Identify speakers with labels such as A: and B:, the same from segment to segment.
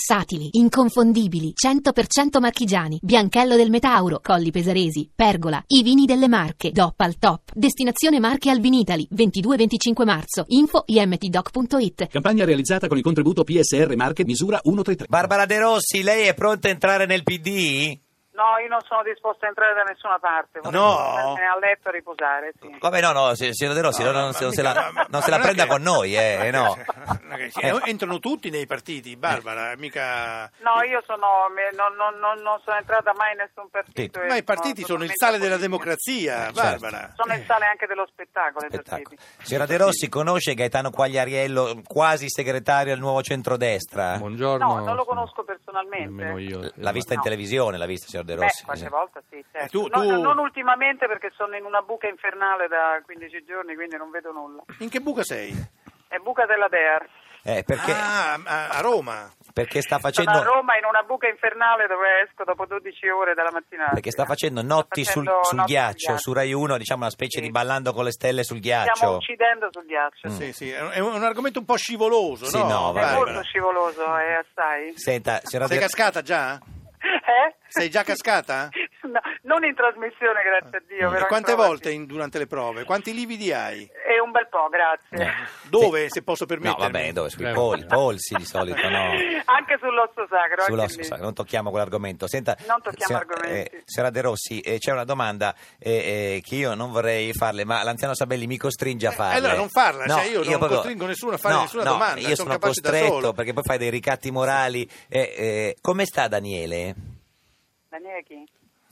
A: Versatili, inconfondibili, 100% marchigiani, Bianchello del Metauro, Colli Pesaresi, Pergola, i vini delle Marche, DOP al top. Destinazione Marche Albinitali, 22-25 marzo, info imtdoc.it.
B: Campagna realizzata con il contributo PSR Marche misura 133.
C: Barbara De Rossi, lei è pronta a entrare nel PD?
D: No, io non sono disposta a entrare da nessuna parte. Vorrei
C: No?
D: starmene a letto e riposare, sì.
C: Vabbè, no, no, si- signora De Rossi,
E: No,
C: no,
E: no,
C: non, se, non
E: ma
C: se
E: mica-
C: la,
E: ma-
C: non
E: ma
C: se la
E: non è
C: prenda
E: che-
C: con noi, eh, no. Eh,
E: Non è che si- Entrano tutti nei partiti, Barbara, mica...
D: No, io sono, me- non, non- non- non sono entrata mai in nessun partito. e
E: Ma i partiti
D: sono
E: sono il sale della
D: totalmente
E: democrazia, Eh.
C: certo.
E: Barbara.
D: politica. Sono il sale anche dello spettacolo, i
C: Spettacolo.
D: partiti.
C: Signora De Rossi conosce Gaetano Quagliariello, quasi segretario del nuovo centrodestra?
F: Buongiorno.
D: No, non lo conosco
F: Nemmeno
D: personalmente.
F: io.
C: L'ha vista in
D: No.
C: televisione, l'ha vista, signor De
D: Beh,
C: Rossi? Eh,
D: qualche volta sì, certo.
E: tu-
D: No,
E: tu-
D: no, non ultimamente perché sono in una buca infernale da 15 giorni, quindi non vedo nulla.
E: In che buca sei?
D: È buca della Dea.
C: Eh, perché,
E: Ah, a, a Roma.
C: perché sta
D: Sono a
C: facendo...
D: Roma in una buca infernale dove esco dopo 12 ore dalla mattinata.
C: Perché sta facendo notti sul,
D: facendo
C: sul
D: notti
C: ghiaccio, su Rai 1, diciamo una specie
D: Sì.
C: di ballando con le stelle sul
D: Stiamo
C: ghiaccio.
D: uccidendo sul ghiaccio. sì.
E: Sì, sì, è un- è un argomento un po' scivoloso,
C: Mm. Sì,
E: no?
C: no,
D: È
C: Vai,
D: molto
C: vai.
D: scivoloso, eh, assai.
C: Senta, signora
E: Sei
C: De...
E: cascata già?
D: Eh?
E: Sei già cascata?
D: No, non in trasmissione, grazie a
C: Mm.
D: Dio.
E: E
D: però
E: quante
D: ancora
E: volte
D: sì.
E: in- durante le prove? Quanti lividi hai?
D: E un bel po', grazie.
C: Eh,
E: Dove, se posso
C: No,
E: permettermi?
C: vabbè, dove? Sui
F: Eh,
C: pol-
F: vabbè.
C: polsi di solito, no.
D: Anche sull'osso sacro. eh, anche
C: Sull'osso,
D: lì.
C: sai, non tocchiamo quell'argomento. Senta,
D: Non tocchiamo
C: signora-
D: argomenti.
C: eh, signora De Rossi, eh, c'è una domanda eh, eh, che io non vorrei farle, ma l'anziano Sabelli mi costringe a
E: Eh,
C: farla.
E: allora non farla, cioè, io non costringo nessuno a fare
C: no,
E: nessuna
C: no,
E: domanda,
C: Io
E: sono
C: sono
E: capace da
C: costretto
E: solo.
C: perché poi fai dei ricatti morali. Eh, eh, come sta Daniele?
D: Daniele chi?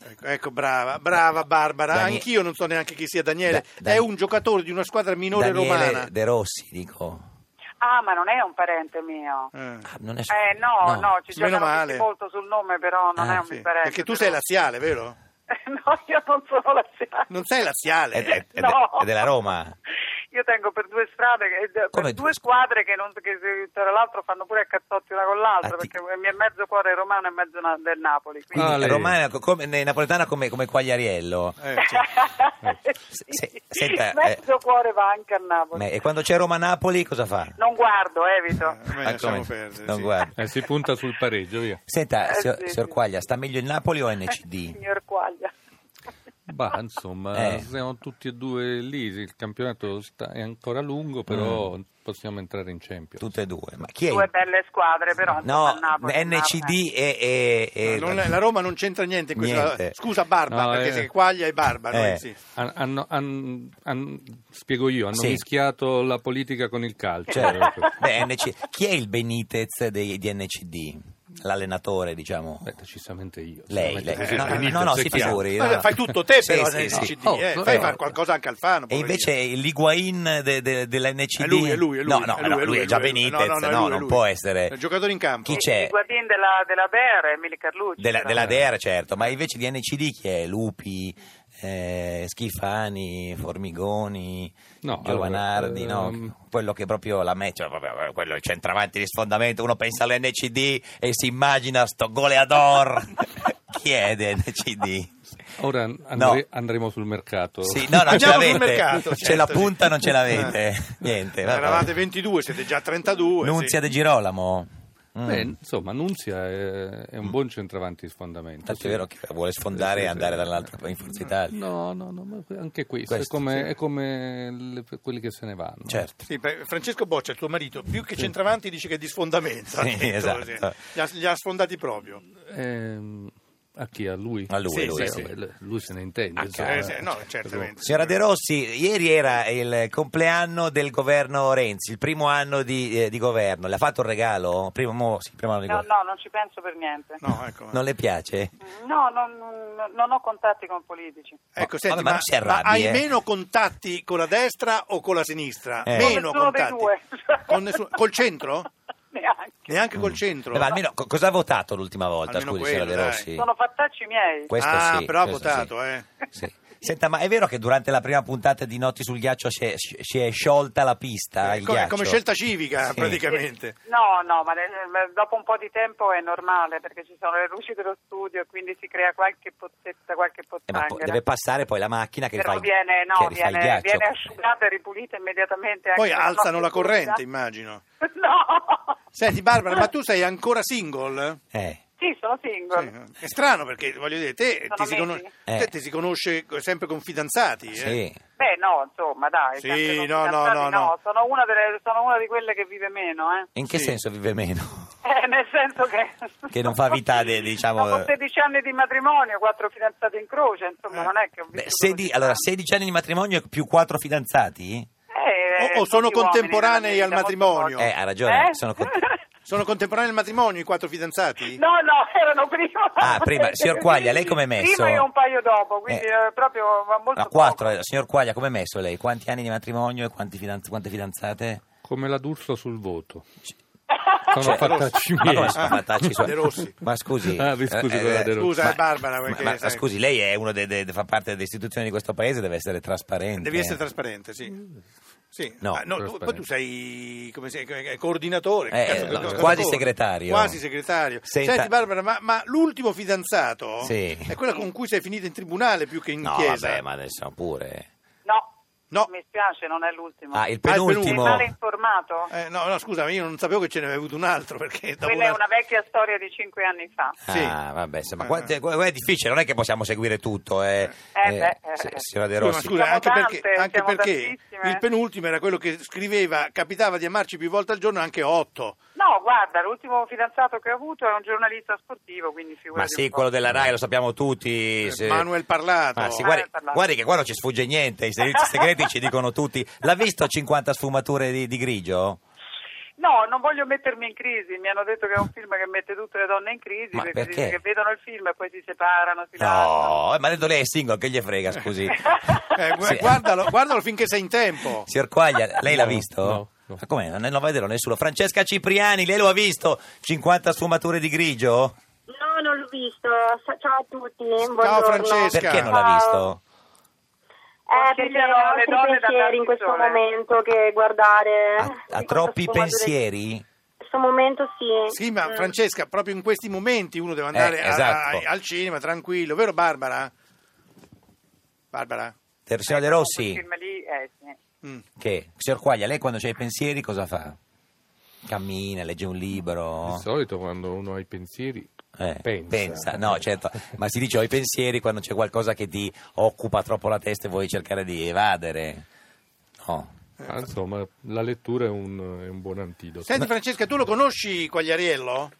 E: Ecco, ecco, brava, brava Barbara.
C: Danie-
E: Anch'io non so neanche chi sia Daniele.
C: Da- Dan-
E: È un giocatore di una squadra minore
C: Daniele
E: romana.
C: De Rossi, dico.
D: Ah, ma non è un parente mio.
E: Eh,
C: Ah, non è su-
D: Eh, no, no, ci giocano
E: Meno
D: tutti
E: male.
D: molto sul nome, però non
C: Ah,
D: è un
E: sì.
D: mio parente.
E: Perché tu sei
D: però.
E: laziale, vero?
D: No, io non sono laziale.
E: Non sei laziale.
C: È, è- è de-
D: No.
C: è della Roma.
D: Io tengo per due strade, che- per
C: Come due
D: due squadre che, non, che si- tra l'altro fanno pure a cazzotti una con
C: Ah,
D: l'altra,
C: ti-
D: perché il mio mezzo cuore è romano e mezzo na- del Napoli. Quindi...
F: Ah,
C: Quindi,
F: lei.
C: romana, co- come, napoletana come, come Quagliariello.
E: Eh,
D: Ecco.
E: certo.
D: Sì.
C: se- senta, eh,
D: mezzo cuore va anche a Napoli.
C: Ma- E quando c'è Roma-Napoli cosa fa?
D: Non guardo, evito.
E: Eh,
C: Ah,
E: lasciamo
C: come?
E: perdere,
C: Non
E: sì.
C: guarda.
F: Eh, si punta sul pareggio, via.
C: Senta,
D: Eh,
C: signor,
D: sì,
C: signor
D: sì. Eh,
C: Quaglia, sta meglio il Napoli o NCD?
D: Signor Quaglia.
F: Bah, insomma,
C: Eh.
F: siamo tutti e due lì. Il campionato sta- è ancora lungo,
C: Mm.
F: però possiamo entrare in Champions.
C: Tutte e due. Ma chi è?
D: Due belle squadre, però. insomma,
C: No,
D: a Napoli, Eh,
C: NCD e... e- e-
E: Non- la Roma non c'entra niente in questa.
C: eh, Niente.
E: Scusa, Barba,
F: No,
E: perché
F: eh.
E: se Quaglia e Barba. noi
C: Eh.
E: sì.
F: Han- hanno- han- han- spiego io, hanno
C: Sì.
F: mischiato la politica con il calcio.
C: Certo.
F: Ecco.
C: Beh, NC Chi è il Benitez dei- di NCD? L'allenatore, diciamo.
F: Beh, decisamente io.
C: Lei,
F: Solamente
C: lei.
E: Eh,
F: così,
C: No,
F: Benitez,
C: no, no,
F: è
C: si
F: chiaro.
C: figuri.
E: Ma
C: no.
E: Eh, Fai tutto te,
C: Sì,
E: però,
C: sì,
E: nel
C: sì.
E: CCD,
F: Oh,
E: eh.
F: no,
E: fai
F: no.
E: fare qualcosa anche al Fano.
C: E
E: poverino.
C: invece l'Higuain de, de- dell'NCD?
E: È lui, è lui, è lui.
C: No, no,
E: è
C: no, lui è già
E: lui, lui.
C: Benitez, no,
E: è lui, è
C: non
E: lui.
C: può essere.
E: È un giocatore in campo.
C: Chi c'è?
D: I guadin della, della Dea e Emily Carlucci.
C: Della,
D: però.
C: della DER, certo, ma invece di NCD chi è? Lupi, eh, Schifani, Formigoni,
F: No,
C: Giovanardi,
F: allora,
C: no?
F: ehm,
C: quello che proprio la me, cioè, proprio quello il centravanti di sfondamento, uno pensa all'NCD e si immagina sto goleador. chi è dell'NCD?
F: Ora andre- andremo sul mercato.
C: Sì, no, non ce
E: Andiamo sul
C: l'avete,
E: mercato,
C: ce la
E: certo, sì. Eh.
C: punta non ce l'avete, niente. eh, vabbè.
E: Eravate 22, siete già 32. sì.
C: Nunzia De Girolamo. Mm.
F: Beh, insomma, Nunzia è, è un buon centravanti di sfondamento.
C: Tanto
F: sì.
C: è vero che vuole sfondare
F: Sì,
C: e
F: sì,
C: andare
F: sì.
C: dall'altra in Forza Italia.
F: No, no, no, ma anche questo,
C: Questo,
F: è come,
C: sì.
F: è come le- quelli che se ne vanno.
C: Certo.
E: Sì, per- Francesco Boccia, il tuo marito, più che centravanti dice che è di sfondamento. ha
C: Sì,
E: detto,
C: esatto.
E: Li, ha, li ha sfondati proprio.
F: Ehm, a chi? A lui?
C: A lui,
E: Sì,
C: lui,
E: sì, sì.
F: Vabbè, lui se ne intende.
C: Ah,
F: insomma.
E: Eh, sì, no, certamente.
C: Signora De Rossi, ieri era il compleanno del governo Renzi, il primo anno di, eh, di governo. Le ha fatto un regalo? Primo, mo- sì, primo anno di
D: No,
C: governo.
D: no, non ci penso per niente.
E: No, ecco.
C: Non le piace?
D: No, non- non- non ho contatti con politici.
E: Ecco,
C: Ma-
E: senti,
C: vabbè, ma
E: ma,
C: non si arrabbi,
E: ma hai
C: eh.
E: meno contatti con la destra o con la sinistra?
C: Eh. Con
E: Meno
D: nessuno dei
E: contatti.
D: due.
E: Con nessuno- Col centro?
D: Neanche.
E: Neanche col centro?
C: Beh, Mm. Eh, ma almeno co- cosa ha votato l'ultima volta,
E: Almeno
C: scusi,
E: quello,
C: signora De
E: dai.
C: Rossi?
D: Sono fattacci miei.
C: Questo
E: ah,
C: sì,
E: però ha
C: questo
E: votato, eh.
C: sì. Sì. Senta, ma è vero che durante la prima puntata di Notti sul ghiaccio si è, si è sciolta la pista?
E: Eh,
C: il
E: come-
C: ghiaccio?
E: come scelta civica,
C: Sì.
E: praticamente.
D: No, no, ma ne- ma dopo un po' di tempo è normale perché ci sono le luci dello studio e quindi si crea qualche pozzetta, qualche
C: Eh, ma po-
D: pozzanghera.
C: deve passare poi la macchina che
D: Però
C: rifà il-
D: viene, no,
C: che rifà il
D: viene,
C: ghiaccio.
D: viene asciugata e ripulita immediatamente. anche
E: Poi
D: per
E: alzano la
D: nostra
E: corrente,
D: curiosità.
E: immagino.
D: No!
E: Senti, Barbara, ma tu sei ancora single?
C: Eh.
D: Sì, sono single.
E: Sì. È strano perché, voglio dire, te,
D: Sono
E: ti si, conos-
D: mesi.
C: Eh.
E: te ti si conosce sempre con fidanzati. eh?
C: Sì.
D: Beh, no, insomma, dai.
E: Sì,
D: sempre con
E: no, no,
D: fidanzati,
E: no, no.
D: Sono una, delle, sono una di quelle che vive meno, eh.
C: In che
E: Sì.
C: senso vive meno?
D: Eh, nel senso che...
C: Che non fa vita, de- diciamo-
D: Dopo 16 anni di matrimonio, quattro fidanzati in croce, insomma,
E: Eh.
D: non è che... ho
C: Beh,
D: vissuto
C: sedi-
D: così
C: allora,
D: tanto.
C: 16 anni di matrimonio più 4 fidanzati?
D: Eh,
E: O- o sono
D: tutti uomini
E: contemporanei
D: nella
E: al
D: vita,
E: matrimonio?
D: molto pochi.
C: Eh, ha ragione,
D: Eh?
C: sono con-
E: Sono contemporanei al matrimonio i quattro fidanzati?
D: No, no, erano prima.
C: Ah, prima, signor Quaglia, lei com'è messo?
D: Prima e un paio dopo, quindi
C: Eh. Ah,
D: eh, proprio va molto
C: No, 4.
D: poco.
C: Signor Quaglia, come è messo lei? Quanti anni di matrimonio e quanti fidanz- quante fidanzate?
F: Ecco, Come la d'Urso sul voto.
C: Cioè,
F: Sono fattacci
C: Ma come
F: miei.
C: sono fattacci suoi?
E: De Rossi.
C: Ma scusi.
F: Ah, mi scusi, quella De Rossi.
E: Scusa, eh, Barbara,
C: ma-
E: perché,
C: ma-
E: sai,
C: scusi, lei è uno dei- dei- fa parte delle istituzioni di questo paese, deve essere trasparente.
E: devi essere trasparente, sì. Sì.
C: No,
E: Ah, tu-
F: trasparente.
E: poi tu sei, come sei, eh, coordinatore,
C: Eh,
E: cazzo,
C: no,
E: cosa
C: quasi
E: corri?
C: segretario.
E: Quasi segretario.
C: Senta-
E: Senti Barbara, ma, ma l'ultimo fidanzato
C: Sì.
E: è quello con cui sei finita in tribunale più che in
C: No,
E: chiesa.
C: vabbè, ma adesso pure.
D: No,
E: No.
D: mi spiace, non è l'ultimo.
C: Ah, il
E: Ah, il
C: penultimo.
E: penultimo.
D: Male informato?
E: Eh, no, no, scusa, ma io non sapevo che ce n'avevi avuto un altro perché dopo
D: Quella è una vecchia storia di 5 anni fa.
E: Sì. Eh.
C: Ah, vabbè, insomma, qua- te- qua- è difficile, non è che possiamo seguire tutto, eh.
D: Eh, beh,
C: se-
D: eh.
C: signora De
E: Scusa, ma
C: Rossi.
E: scusa,
D: Siamo
E: anche
D: tante,
E: perché, anche
D: siamo
E: perché
D: tantissime. eh.
E: il penultimo era quello che scriveva, capitava di amarci più volte al giorno, anche otto.
D: No, guarda, l'ultimo fidanzato che ho avuto è un giornalista sportivo, quindi
C: Ma
D: figurati
C: sì,
D: un po'.
C: quello della RAI lo sappiamo tutti. se-
E: Eh, Manuel Parlato.
C: Ma Ah, sì,
D: guarda-
C: guardi, guardi che qua non ci sfugge niente, i servizi segreti ci dicono tutti. L'ha visto 50 sfumature di, di grigio?
D: No, non voglio mettermi in crisi, mi hanno detto che è un film che mette tutte le donne in crisi
C: Ma
D: perché,
C: perché?
D: dice che vedono il film e poi si separano, si lasciano.
C: No, eh, ma detto lei è single, che gli frega, scusi.
E: Eh, gu-
C: Sì.
E: guardalo, guardalo finché sei in tempo.
C: Signor Quaglia, lei l'ha
F: No,
C: visto?
F: no, no.
C: Ma come? Non, non va a vederlo nessuno. Francesca Cipriani, lei lo ha visto? 50 sfumature di grigio?
G: No, non l'ho visto. Sa- Ciao a tutti.
E: Ciao
G: buongiorno.
E: Francesca.
C: Perché non l'ha visto?
G: Eh, perché
D: Consigliano
G: ho
D: alle
G: altri
D: donne da darsi
G: pensieri in questo
D: sole.
G: momento che guardare.
C: Ha, ha
G: Eh, Di
C: troppi
G: questa sfumatura-
C: pensieri?
G: In questo momento sì.
E: Sì, ma
G: Mm.
E: Francesca, proprio in questi momenti uno deve andare a-
C: esatto.
E: a- al cinema tranquillo, vero Barbara? Barbara?
C: Ter- Signor De
D: Quel
C: Rossi,
D: film lì, eh, sì.
E: Mm.
C: che? Signor Quaglia, lei quando c'ha i pensieri cosa fa? Cammina, legge un libro?
F: Di solito quando uno ha i pensieri
C: Eh,
F: pensa.
C: no, certo, ma si dice ho i pensieri quando c'è qualcosa che ti occupa troppo la testa e vuoi cercare di evadere. No.
F: Ah, Insomma, la lettura è un, è un buon antidoto.
E: Senti Francesca, tu lo conosci Quagliariello?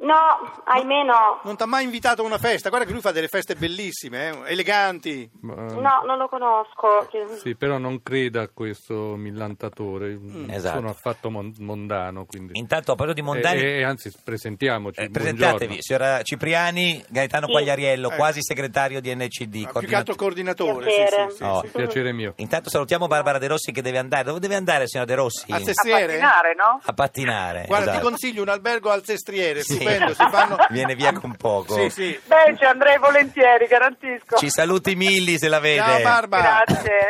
G: No, ahimè no.
E: Non ti ha mai invitato a una festa? Guarda che lui fa delle feste bellissime, eh, eleganti.
F: Ma-
G: No, non lo conosco.
F: Sì, però non creda a questo millantatore,
C: Esatto.
F: sono affatto mon- mondano. Quindi.
C: Intanto a proposito di Mondani,
F: E, e anzi, presentiamoci.
C: eh, presentatevi,
F: buongiorno.
C: signora Cipriani, Gaetano
G: Sì.
C: Quagliariello,
E: Eh.
C: quasi segretario di NCD.
E: Ma più che
C: coordinat-
E: altro coordinatore. Sì,
G: Piacere.
E: sì, sì.
C: No.
F: Piacere mio.
C: Intanto salutiamo Barbara De Rossi che deve andare. Dove deve andare, signora De Rossi?
E: A
D: A
E: Sestiere?
D: pattinare, no?
C: A pattinare.
E: Guarda,
C: esatto.
E: ti consiglio un albergo al Sestriere,
C: Sì.
E: stupendo, si fanno...
C: Viene via con poco.
E: Sì, sì.
D: Beh, ci andrei volentieri, garantisco.
C: Ci saluti Milli se la vede.
E: Ciao Barba.
D: Grazie.